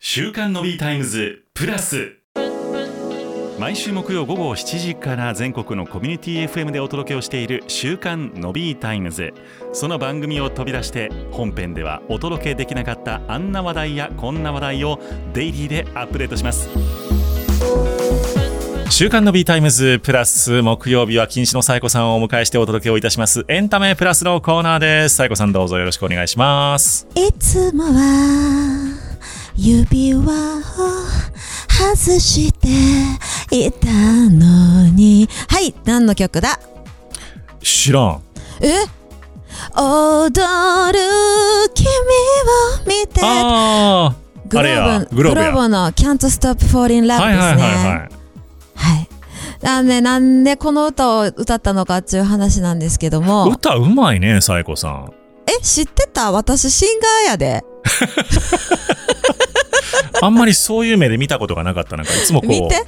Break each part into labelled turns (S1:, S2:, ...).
S1: 週刊のビータイムズプラス毎週木曜午後7時から全国のコミュニティ FM でお届けをしている週刊のビータイムズその番組を飛び出して本編ではお届けできなかったあんな話題やこんな話題をデイリーでアップデートします週刊の B タイムズプラス木曜日は禁止のサイコさんをお迎えしてお届けをいたしますエンタメプラスのコーナーですサイコさんどうぞよろしくお願いします
S2: いつもは指輪を外していたのにはい何の曲だ
S1: 知らん
S2: え踊る君を見て
S1: あ
S2: グ
S1: あ
S2: ロ
S1: れや
S2: ーブ
S1: グローブ
S2: グロ
S1: や
S2: ーブの Can't Stop Falling
S1: あ
S2: Love
S1: はい
S2: で
S1: は
S2: す
S1: い
S2: ね
S1: はいはい
S2: はいなんでなんでこの歌を歌ったのかっていう話なんですけども
S1: 歌うまいね、サイコさ ん。
S2: え知ってた私シンガーやで
S1: あんまりそういう目で見たことがなかった。なんかいつもこ
S2: 見て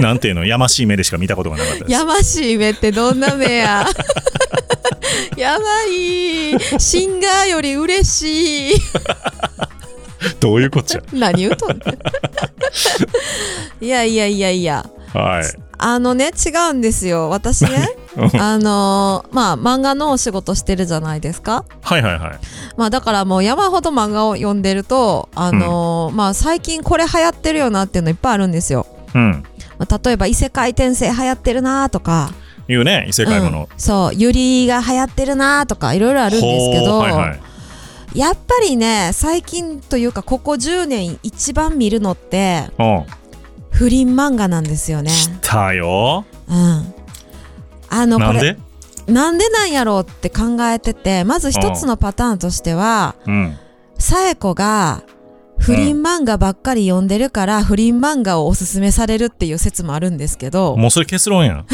S1: う、 なんていうの、やましい目でしか見たことがなかったです。
S2: やましい目ってどんな目ややばいシンガーより嬉しい
S1: どういうこっちゃ。
S2: 何言うとんねんいやいやいやいや
S1: はい。
S2: あのね違うんですよ私ね
S1: うん
S2: あのーまあ漫画のお仕事してるじゃないですか
S1: はいはいはい。
S2: まあだからもう山ほど漫画を読んでるとあのーまあ最近これ流行ってるよなっていうのいっぱいあるんですよ、
S1: うん。
S2: まあ、例えば異世界転生流行ってるなとか
S1: 言うね、異世界もの。
S2: うん、そうユリが流行ってるなとかいろいろあるんですけど、
S1: ほうはいはい。
S2: やっぱりね最近というかここ10年一番見るのって
S1: うん。
S2: 不倫漫画なんですよね。
S1: 来たよ。
S2: うんあの
S1: な
S2: こ
S1: ん
S2: れ
S1: で
S2: なんでなんやろうって考えててまず一つのパターンとしては
S1: うん。
S2: さえ子が不倫漫画ばっかり読んでるから、不倫漫画をおすすめされるっていう説もあるんですけど
S1: もうそれ結論やん。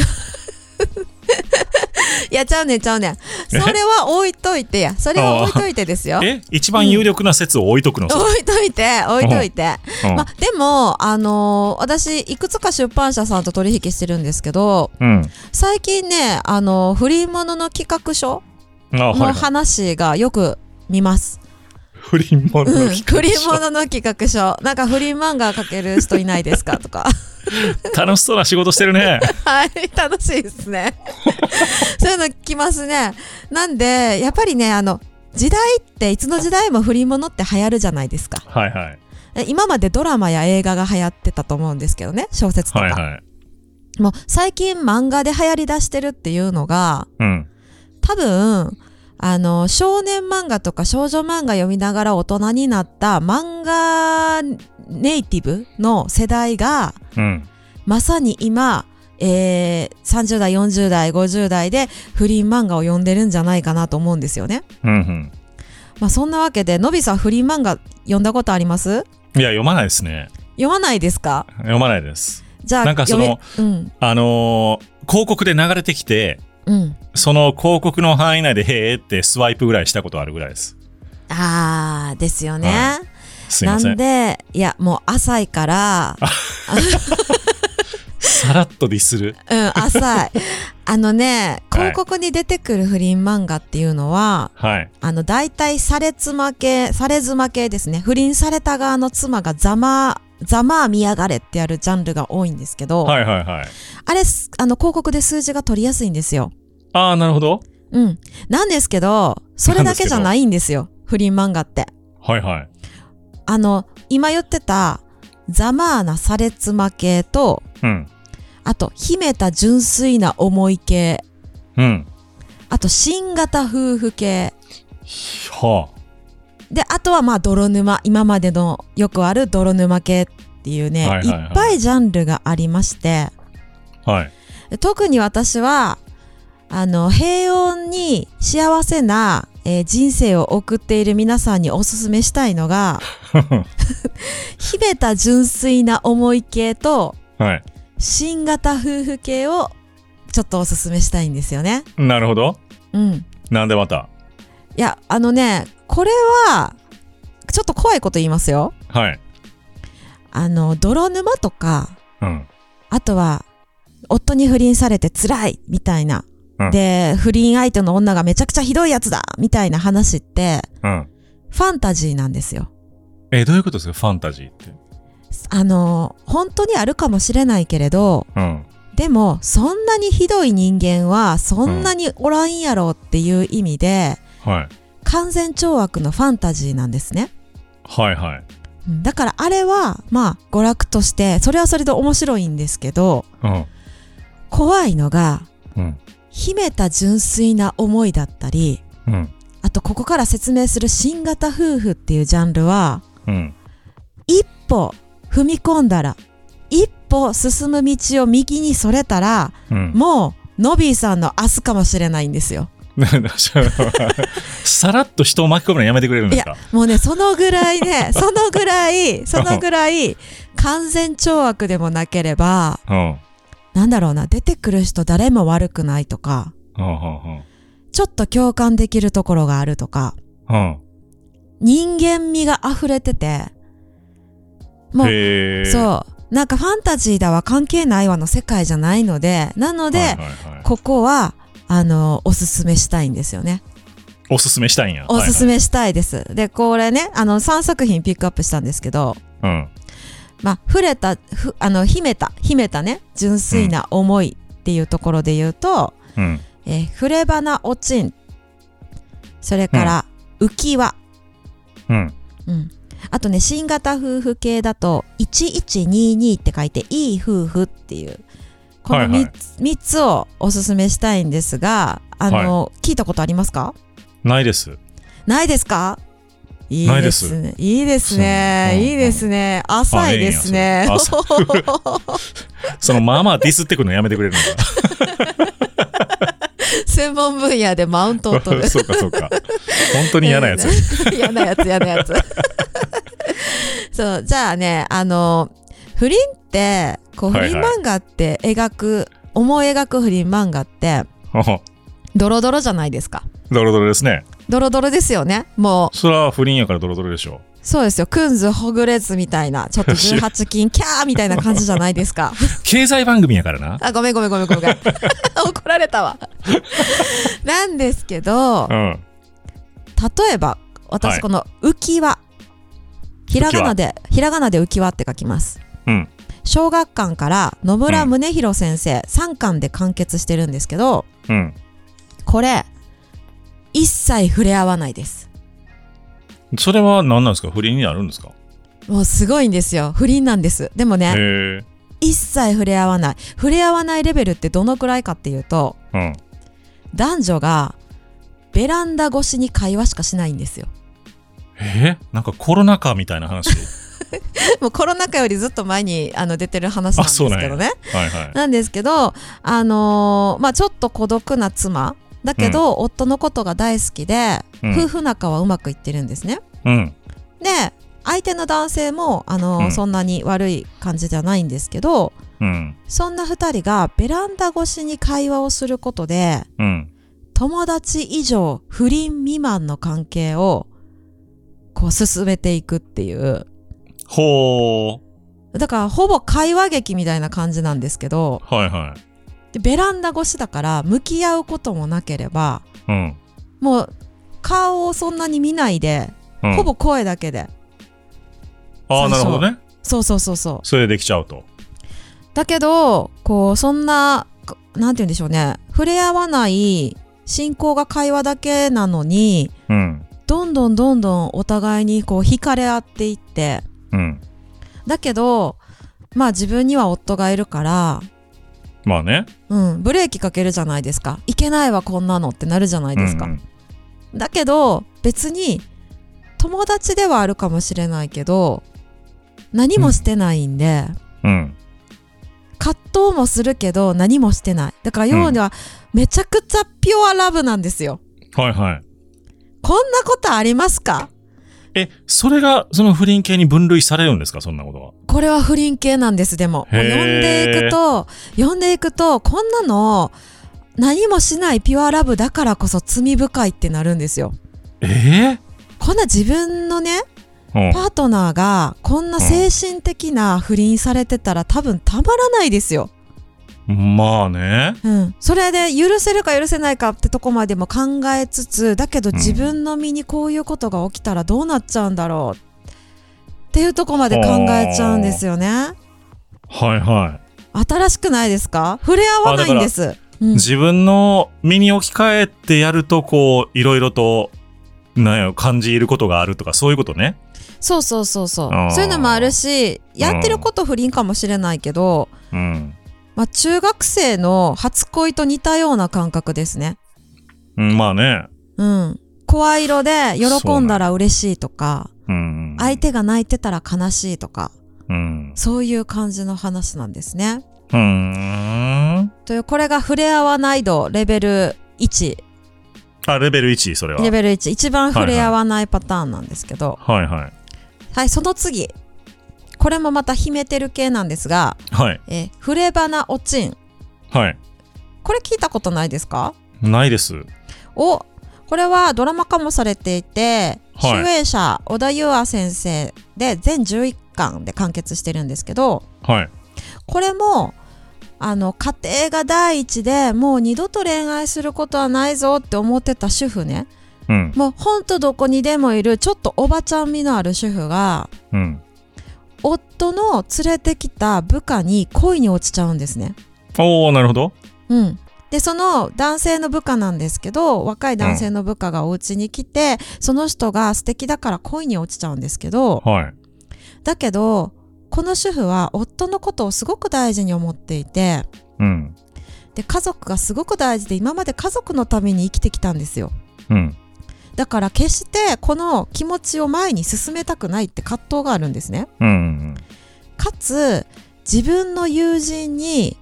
S2: いやちゃうねんちゃうねんそれは置いといてやそれは置いといてですよ
S1: え一番有力な説を置いとくのさ。
S2: 置いといて置いといて
S1: うん
S2: まあ、でも、あのー私いくつか出版社さんと取引してるんですけど
S1: うん。
S2: 最近ね、あのー不倫ものの企画書
S1: あ、は
S2: の
S1: いはい。
S2: 話がよく見ます、
S1: 不倫もの
S2: う
S1: の
S2: ん、
S1: 企画
S2: 不倫
S1: 書。
S2: ものの企画書なんか不倫漫画描ける人いないですか とか
S1: 楽しそうな仕事してるね。
S2: はい楽しいですね そういうの来ますねなんでやっぱりねあの時代っていつの時代も不倫ものって流行るじゃないですか
S1: はいはい。
S2: え今までドラマや映画が流行ってたと思うんですけどね小説とか、
S1: はいはい。
S2: もう最近漫画で流行り出してるっていうのが
S1: うん。
S2: 多分あの少年漫画とか少女漫画読みながら大人になった漫画ネイティブの世代が
S1: うん。
S2: まさに今、えー30代40代50代で不倫漫画を読んでるんじゃないかなと思うんですよね。
S1: うんうん。
S2: まあ、そんなわけでのびさん不倫漫画読んだことあります
S1: いや、読まないですね。
S2: 読まないですか
S1: 読まないです。
S2: じゃあ
S1: なんかその
S2: 読めうん
S1: あのー広告で流れてきて、
S2: うん
S1: その広告の範囲内で、へーってスワイプぐらいしたことあるぐらいです。
S2: あーですよね。
S1: はすいませ
S2: なん
S1: ん。
S2: で、いや、もう浅いから、
S1: さらっとディスる。
S2: うん、浅 い。あのね、
S1: はい
S2: 広告に出てくる不倫漫画っていうのは、
S1: はい。
S2: あの、大体、され妻系、され妻系ですね。不倫された側の妻がざま、ざまあ見やがれってやるジャンルが多いんですけど、
S1: はいはいはい。
S2: あれ、すあの、広告で数字が取りやすいんですよ。
S1: ああ、なるほど。
S2: うん。なんですけど、それだけじゃないんですよ。不倫漫画って。
S1: はいはい。
S2: あの、今言ってた、ざまあなされ妻系と、
S1: うん。
S2: あと、秘めた純粋な思い系。
S1: うん。
S2: あと、新型夫婦系。
S1: は
S2: で、あとは、まあ、泥沼。今までのよくある泥沼系っていうね、
S1: はいいはいはい
S2: っぱいジャンルがありまして、
S1: あ。はい。
S2: 特に私は、あの、平穏に幸せな、えー人生を送っている皆さんにおすすめしたい のが、秘めた純粋な思い系と、
S1: はい。
S2: 新型夫婦系をちょっとおすすめしたいんですよね。
S1: なるほど。
S2: うん。
S1: なんでまた。
S2: いや、あのね、これは、ちょっと怖いこと言いますよ。
S1: はい。
S2: あの、泥沼とか、
S1: うん。
S2: あとは、夫に不倫されて辛い、みたいな。
S1: うん
S2: で、不倫相手の女がめちゃくちゃひどいやつだ、みたいな話って、
S1: うん。
S2: ファンタジーなんですよ。
S1: え、どういうことですかファンタジーって。
S2: あの本当にあるかもしれないけれど
S1: うん。
S2: でもそんなにひどい人間はそんなにおらんやろっていう意味で、
S1: はい。
S2: 完全懲悪のファンタジーなんですね。
S1: はいはい。
S2: うんだからあれはまあ娯楽としてそれはそれで面白いんですけど
S1: う
S2: 怖いのが
S1: ん。うん。
S2: 秘めた純粋な思いだったり
S1: うん。
S2: あとここから説明する新型夫婦っていうジャンルは
S1: うん。
S2: 一歩踏み込んだら一歩進む道を右にそれたら
S1: うん。
S2: もうノビーさんの明日かもしれないんですよ。
S1: さらっと人を巻き込むのやめてくれるんですか
S2: もうねそのぐらいねそのぐらいそのぐらい完全懲悪でもなければ
S1: うん。うん。
S2: なんだろうな出てくる人誰も悪くないとか
S1: うん。
S2: ちょっと共感できるところがあるとか
S1: うん。
S2: 人間味が溢れててもう
S1: へえ。
S2: そうなんかファンタジーだわ関係ないわの世界じゃないのでなので、
S1: はいはいはい
S2: ここはあのおすすめしたいんですよね
S1: おすすめしたいんや。
S2: おすす
S1: め。
S2: めしたいです、でこれねあの3作品ピックアップしたんですけど
S1: うん。
S2: まあ触れたふあの秘めた秘めたね純粋な思いっていうところで言うと
S1: うん。
S2: 「えー、触れ花おちん」それから「浮き輪」
S1: うん。
S2: うん、あとね新型夫婦系だと「1122」って書いて「いい夫婦」っていうこの
S1: はい
S2: 3,
S1: はい
S2: つ三つをおすすめしたいんですがあの、聞いたことありますか
S1: ないです。
S2: ないですかいい
S1: ない
S2: で
S1: ですす
S2: ね。いいですね。
S1: そううん
S2: いいですね。浅いですね。
S1: あええんやそそのまあまあディスってくるのやめてくれるのか。
S2: 専門分野でマウントを取る。
S1: そうかそうか。本当に嫌 なやつや。
S2: つ。嫌なやつ、嫌なやつ。 そう、じゃあね、あの、不倫って、こう、不
S1: はいはい
S2: 倫漫画って描く、思い描く不倫漫画って、
S1: うん
S2: ドロドロじゃないですか。
S1: ドロドロですね。
S2: ドロドロですよね。もう、
S1: それは不倫やからドロドロでしょ
S2: そうですよ。くんずほぐれずみたいな、ちょ っと18金、キャーみたいな感じじゃないですか。
S1: 経済番組やからな。
S2: あ、ごめんごめんごめんごめん。 怒られたわ。 なんですけど
S1: う、ん。
S2: 例えば、
S1: は
S2: 私
S1: い
S2: この浮き輪。ひらがなで、ひらがなで浮き輪って書きます。
S1: うん。
S2: 小学館から野村宗弘先生、3巻で完結してるんですけど、
S1: うん。
S2: これ、一切触れ合わないです。
S1: それは何なんですか不倫になるんですか
S2: もうすごいんですよ。不倫なんです。でもね、
S1: へえ。
S2: 一切触れ合わない。触れ合わないレベルってどのくらいかっていうと、
S1: うん。
S2: 男女がベランダ越しに会話しかしないんですよ。
S1: えなんかコロナ禍みたいな話。
S2: もうコロナ禍よりずっと前にあの出てる話なんですけど
S1: あそ
S2: ね。
S1: うな
S2: な
S1: んんはいはい。
S2: ですけど、あのーまあ、ちょっと孤独な妻だけど、夫のことが大好きで、
S1: うん
S2: 夫婦仲はうまくいってるんですね。
S1: うん。
S2: で相手の男性も、あのー
S1: うん
S2: そんなに悪い感じじゃないんですけど
S1: うん。
S2: そんな2人がベランダ越しに会話をすることで
S1: うん。
S2: 友達以上不倫未満の関係をこう進めていくっていう
S1: ほう。
S2: だからほぼ会話劇みたいな感じなんですけど
S1: はいは
S2: でベランダ越しだから向き合うこともなければ
S1: い。うん。
S2: もう顔をそんなに見ないで、
S1: うん、
S2: ほぼ声だけで
S1: ああ、
S2: そ
S1: なる
S2: うそう
S1: ほどね。
S2: そうそうそうそ
S1: それでできちゃうと。
S2: うだけどこうそんなこなんて言うんでしょうね触れ合わない進行が会話だけなのに
S1: うん。
S2: どんどんどんどんお互いにこう惹かれ合っていって
S1: うん。
S2: だけどまあ自分には夫がいるから
S1: まあね。
S2: うん、ブレーキかけるじゃないですかいけないわこんなのってなるじゃないですか、
S1: うんうん
S2: だけど別に友達ではあるかもしれないけど何もしてないんで、
S1: うん。
S2: 葛藤もするけど何もしてないだから要にはめちゃくちゃピュアラブなんですよ
S1: はいはい。
S2: こんなことありますか
S1: え、それが、その不倫系に分類されるんですかそんなことは。
S2: これは不倫系なんですでももう
S1: へ
S2: 読
S1: ー
S2: んでいくと読んでいくとこんなの何もしないピュアラブだからこそ罪深いってなるんですよ
S1: え
S2: こんな自分のね
S1: え
S2: パートナーがこんな精神的な不倫されてたら多分たまらないですよ。
S1: うん。まあね。
S2: うん、それで許せるか許せないかってとこまでも考えつつだけど
S1: うん
S2: 自分の身にこういうことが起きたらどうなっちゃうんだろう、っていうとこまで考えちゃうんですよね。
S1: はいは
S2: 新しくないですか触れ合わないんです。う
S1: い。
S2: ん、
S1: 自分の身に置き換えてやると、こう、いろいろと、なんやろ感じることがあるとか、そういうことね。
S2: そうそうそうそ
S1: あー
S2: うそういうのもあるしやってること不倫かもしれないけど、
S1: うん。
S2: まあ、中学生の初恋と似たような感覚ですね。
S1: うんまあね。
S2: うん声色で喜んだら嬉しいとか
S1: うん。
S2: 相。手が泣いてたら悲しいとか
S1: うん。
S2: そういう感じの話なんですね。
S1: うーん。
S2: というこれが触れ合わない度レベル1
S1: あ、レベル1、それは。
S2: レベル1一番触れ合わないパターンなんですけど、はい
S1: はいはい。
S2: その次これもまた秘めてる系なんですが
S1: はい。
S2: 「えー触れ花おちん
S1: はい。」
S2: これ聞いたことないですか
S1: ないです。
S2: おこれはドラマ化もされていて、
S1: はい
S2: 主演者小田優愛先生で全11巻で完結してるんですけど
S1: はい。
S2: これもあの家庭が第一でもう二度と恋愛することはないぞって思ってた主婦ね
S1: うん。
S2: もうほんとどこにでもいるちょっとおばちゃん味のある主婦が
S1: うん。
S2: 夫の連れてきた部下に恋に落ちちゃうんですね。
S1: おー、なるほど。
S2: うん、でその男性の部下なんですけど若い男性の部下がお家に来て、その人が素敵だから恋に落ちちゃうんですけど
S1: はい。
S2: だけどこの主婦は夫のことをすごく大事に思っていて
S1: うん。
S2: で家族がすごく大事で今まで家族のために生きてきたんですよ。
S1: うん。
S2: だから決してこの気持ちを前に進めたくないって葛藤があるんですね。
S1: うん。
S2: かつ自分の友人に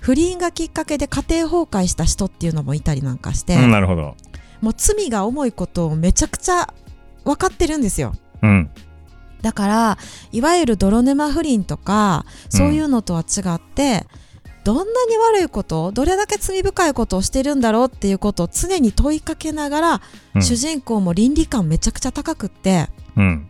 S2: 不倫がきっかけで家庭崩壊した人っていうのもいたりなんかして、
S1: うん、なるほど。
S2: もう罪が重いことをめちゃくちゃ分かってるんですよ
S1: うん。
S2: だからいわゆる泥沼不倫とかそういうのとは違って、どんなに悪いことどれだけ罪深いことをしてるんだろうっていうことを常に問いかけながら、
S1: うん
S2: 主人公も倫理観めちゃくちゃ高くって
S1: うん。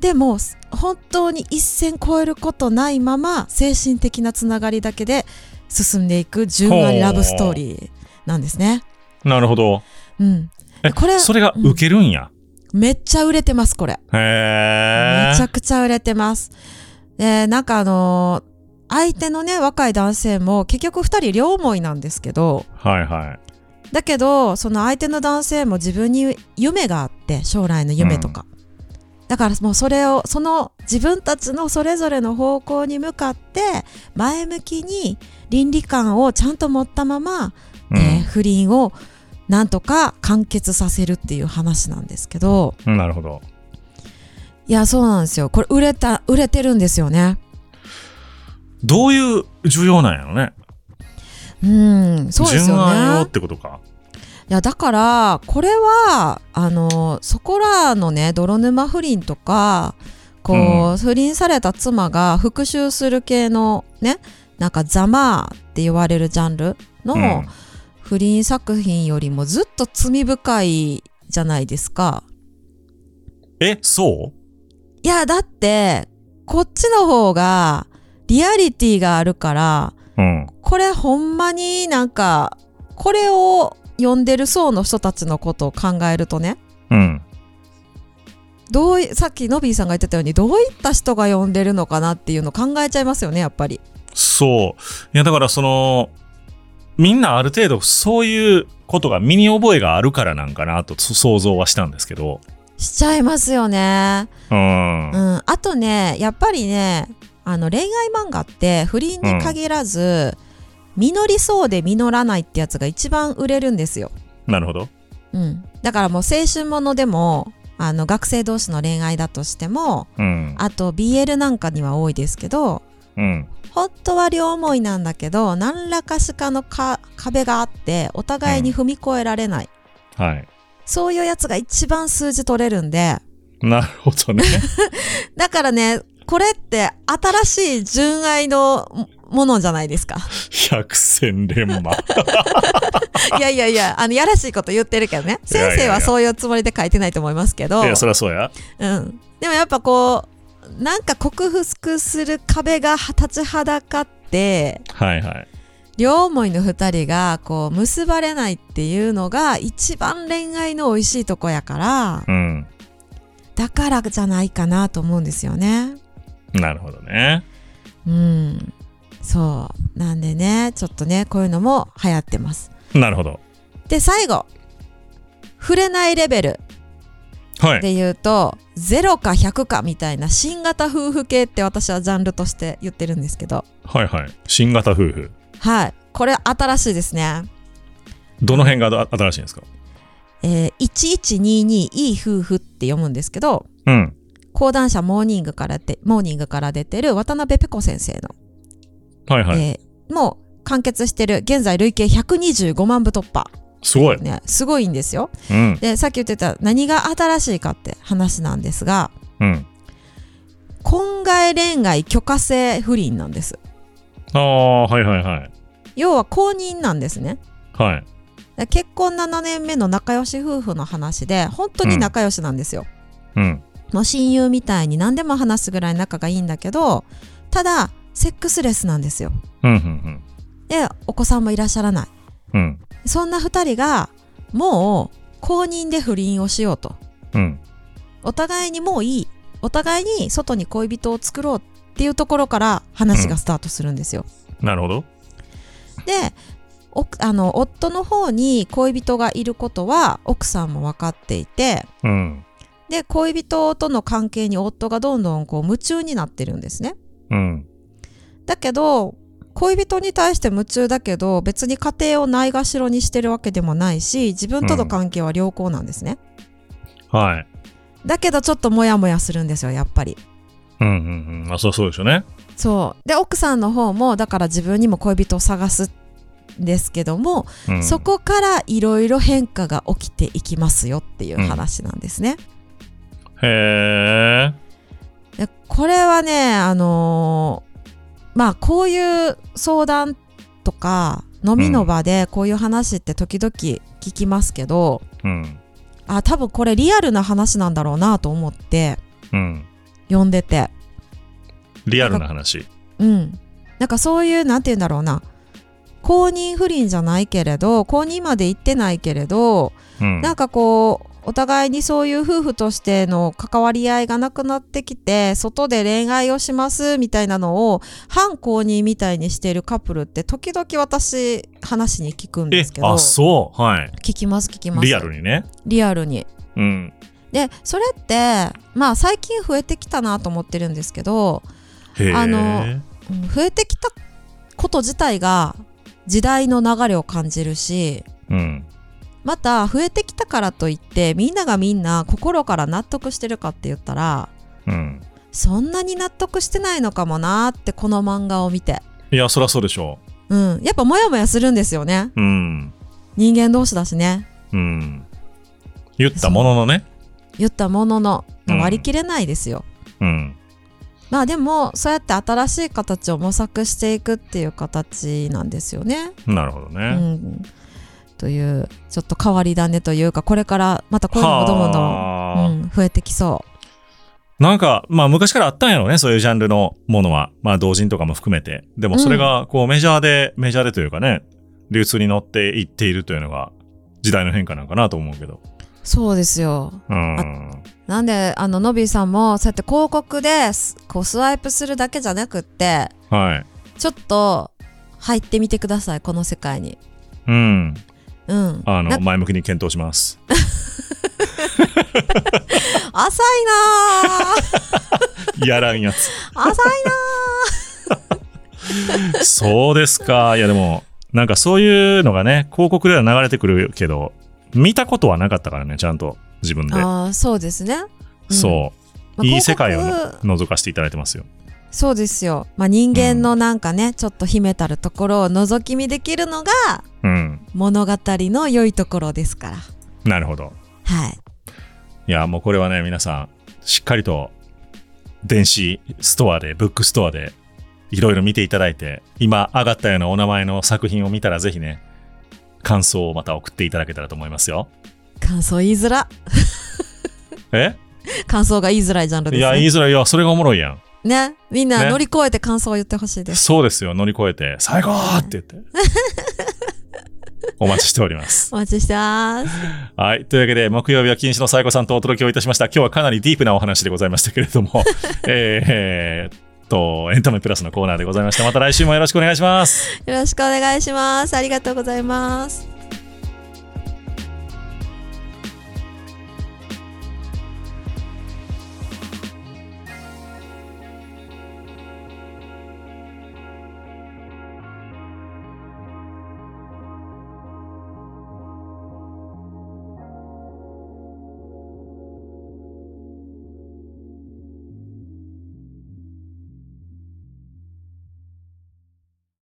S2: でも本当に一線超えることないまま精神的なつながりだけで進んでいく純愛ラブストーリーなんですね。
S1: なるほど。
S2: うん、
S1: え、
S2: これ
S1: それが受けるんや。
S2: めっちゃ売れてますこれ。
S1: へ
S2: め
S1: え。
S2: ちゃくちゃ売れてます。でなんかあのー相手のね若い男性も結局2人両思いなんですけど
S1: はいはい。
S2: だけどその相手の男性も自分に夢があって将来の夢とか、だからもうそれをその自分たちのそれぞれの方向に向かって前向きに倫理観をちゃんと持ったまま、
S1: う
S2: えー
S1: ん
S2: 不倫をなんとか完結させるっていう話なんですけど
S1: うん。なるほど。
S2: いやそうなんですよこれ売れた売れてるんですよね。
S1: どういう需要なんやろね。
S2: うん、そうです
S1: 純愛
S2: よ
S1: 用っ
S2: ね。
S1: てことか。
S2: いやだからこれはあのそこらのね泥沼不倫とかこう、
S1: うん
S2: 不倫された妻が復讐する系のねなんかざまあって言われるジャンルの不倫作品よりもずっと罪深いじゃないですか。
S1: え、そ
S2: いやだってこっちの方がリアリティがあるから
S1: ううん。
S2: これほんまになんかこれを読んでる層の人たちのことを考えるとね
S1: うん。
S2: どういさっきノビーさんが言ってたようにどういった人が読んでるのかなっていうのを考えちゃいますよねやっぱり。
S1: そう。いや、だからその、みんなある程度そういうことが身に覚えがあるからなんかなとそ想像はしたんですけど。
S2: しちゃいますよね。
S1: うん。
S2: う
S1: うん。
S2: ん、あとねやっぱりねあの恋愛漫画って不倫に限らず、実りそうで実らないってやつが一番売れるんですよ。
S1: なるほど。
S2: うん、だからもう青春ものでもあの学生同士の恋愛だとしても
S1: うん。
S2: あと BL なんかには多いですけど
S1: うん。
S2: 本当は両思いなんだけど何らかしかのか壁があってお互いに踏み越えられない、
S1: はい。
S2: そういうやつが一番数字取れるんで
S1: なるほどね。
S2: だからねこれって新しい純愛のものじゃないですか
S1: 百戦錬磨。
S2: いやいやいやあのやらしいこと言ってるけどね
S1: いやいやいや
S2: 先生はそういうつもりで書いてないと思いますけど
S1: いや、そりゃそうや。
S2: うん、でもやっぱこうなんか克服する壁が立ちはだかって
S1: はいはい。
S2: 両思いの二人がこう結ばれないっていうのが一番恋愛の美味しいとこやから
S1: うん。
S2: だからじゃないかなと思うんですよね。
S1: なるほどね。
S2: うん。そう。なんでね、ちょっとね、こういうのも流行ってます。
S1: なるほど。
S2: で、最後。触れないレベル
S1: はい。
S2: で言うと、0か100かみたいな新型夫婦系って私はジャンルとして言ってるんですけど、
S1: はいはい。新型夫婦。
S2: はい。これ新しいですね。
S1: どの辺があ新しいんですか
S2: えー、1122いい夫婦って読むんですけど、
S1: うん。
S2: 講談社モーニングからでモーニングから出てる渡辺ペコ先生の、
S1: はいはい。
S2: えーもう完結してる現在累計125万部突破、
S1: すごい。
S2: ね、すごいんですよ
S1: うん。
S2: でさっき言ってた何が新しいかって話なんですが
S1: うん。
S2: 婚外恋愛許可制不倫なんです
S1: ああ、はいはいはい。
S2: 要は公認なんですね
S1: はい。
S2: で結婚7年目の仲良し夫婦の話で本当に仲良しなんですよ、
S1: うん。
S2: もう親友みたいに何でも話すぐらい仲がいいんだけどただセックスレスなんですよ
S1: うん。うん。
S2: でお子さんもいらっしゃらない
S1: うん。
S2: そんな2人がもう公認で不倫をしようと
S1: うん。
S2: お互いにもういいお互いに外に恋人を作ろうっていうところから話がスタートするんですよ、
S1: なるほど。
S2: でおあの夫の方に恋人がいることは奥さんも分かっていて
S1: うん。
S2: で恋人との関係に夫がどんどんこう夢中になってるんですね
S1: うん。
S2: だけど恋人に対して夢中だけど別に家庭をないがしろにしてるわけでもないし自分との関係は良好なんですね、
S1: はい。
S2: だけどちょっとモヤモヤするんですよやっぱり
S1: うんうんうん。あ、そうそうでしょうね。
S2: そうで奥さんの方もだから自分にも恋人を探すんですけども、
S1: うん、
S2: そこからいろいろ変化が起きていきますよっていう話なんですね、
S1: へえ。
S2: でこれはねあのーまあこういう相談とか飲みの場でこういう話って時々聞きますけど、
S1: うん。
S2: あ多分これリアルな話なんだろうなと思って
S1: うん。
S2: 読んでて
S1: リアルな話。
S2: うん、なんかそういうなんて言うんだろうな公認不倫じゃないけれど公認まで行ってないけれど、
S1: うん。
S2: なんかこうお互いにそういう夫婦としての関わり合いがなくなってきて外で恋愛をしますみたいなのを反公認みたいにしているカップルって時々私話に聞くん
S1: え
S2: ですけ、ど
S1: あ、そう。はい。
S2: 聞きます聞きます
S1: リアルにね。
S2: リアルに
S1: うん。
S2: でそれってまあ最近増えてきたなと思ってるんですけど
S1: へえ。
S2: あのうん増えてきたこと自体が時代の流れを感じるし
S1: うん。
S2: また増えてきたからといってみんながみんな心から納得してるかって言ったら
S1: うん。
S2: そんなに納得してないのかもなーってこの漫画を見て、
S1: いや、そりゃそうでしょ
S2: うん、やっぱモヤモヤするんですよね
S1: う。うん。
S2: 人間同士だしね
S1: うん。言ったもののね。
S2: 言ったものの
S1: うん
S2: 割り切れないですよ、
S1: うん。
S2: まあでもそうやって新しい形を模索していくっていう形なんですよね
S1: なるほど
S2: う
S1: ね。
S2: ん、というちょっと変わり種というかこれからまたこういうのもどん
S1: はあ
S2: どん、うん、増えてきそ
S1: なんか、まあ昔からあったんやろね、そういうジャンルのものは。まあ同人とかも含めて。でもそれが、こうメジャーで、メジャーでというかね、流通に乗っていっているというのが、時代の変化なんかなと思うけど。
S2: うそうですよ
S1: うん。
S2: なんであのノビーさんもそうやって広告ですこうスワイプするだけじゃなくって
S1: はい。
S2: ちょっと入ってみてくださいこの世界に
S1: うん。
S2: うん
S1: あの、
S2: な
S1: 前向きに検討します。
S2: 浅いな ー
S1: やらんやつ。
S2: 浅いな
S1: そうですか。いやでも、なんかそういうのがね、広告では流れてくるけど、見たことはなかったからね、ちゃんと自分で。
S2: ーあーそうですね、うん
S1: そ
S2: ま
S1: う。
S2: あ
S1: いい世界を
S2: 広
S1: の
S2: 告
S1: 覗かせていただいてますよ。
S2: そうですよ、まあ、人間のなんかね、ちょっと秘めたるところを覗き見できるのが
S1: うん。
S2: 物語の良いところですから
S1: なるほど。
S2: はい
S1: いや、もうこれはね、皆さん、しっかりと、電子ストアで、ブックストアで、いろいろ見ていただいて、今上がったようなお名前の作品を見たら、ぜひね、感想をまた送っていただけたらと思いますよ。
S2: 感想言いづら
S1: え
S2: 感想が言いづらいジャンルで
S1: い
S2: す
S1: や、
S2: ね
S1: 言いづらい。いや、それがおもろいやん。
S2: ねみんな
S1: ね
S2: 乗り越えて感想を言ってほしいです、
S1: そうですよ。乗り越えて、最高って言って。お待ちしております。
S2: お待ちしてます。
S1: はい。というわけで、木曜日は禁止のサイコさんとお届けをいたしました。今日はかなりディープなお話でございましたけれども、 えーえーっと、エンタメプラスのコーナーでございました。また来週もよろしくお願いします。
S2: よろしくお願いします。ありがとうございます。